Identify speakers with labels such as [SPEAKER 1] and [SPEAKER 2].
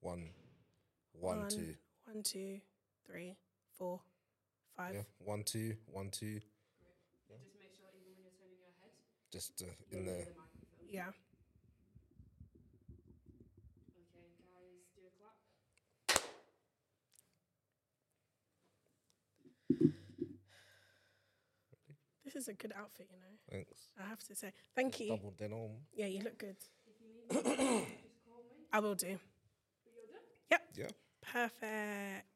[SPEAKER 1] One, one,
[SPEAKER 2] One,
[SPEAKER 1] two.
[SPEAKER 2] one, two, three, four, five.
[SPEAKER 1] Yeah, one, two, one, two.
[SPEAKER 3] And just make sure even when you're turning your head,
[SPEAKER 1] Just uh,
[SPEAKER 3] you're
[SPEAKER 1] in
[SPEAKER 3] near
[SPEAKER 1] the
[SPEAKER 3] the microphone.
[SPEAKER 2] Yeah.
[SPEAKER 3] Okay, guys, do a clap.
[SPEAKER 2] This is a good outfit, you know.
[SPEAKER 1] thanks.
[SPEAKER 2] I have to say. Thank you.
[SPEAKER 1] Double denim.
[SPEAKER 2] Yeah, you look good.
[SPEAKER 3] If you need me, just call me.
[SPEAKER 2] I will do.
[SPEAKER 3] But you're done.
[SPEAKER 1] Yeah.
[SPEAKER 2] Perfect.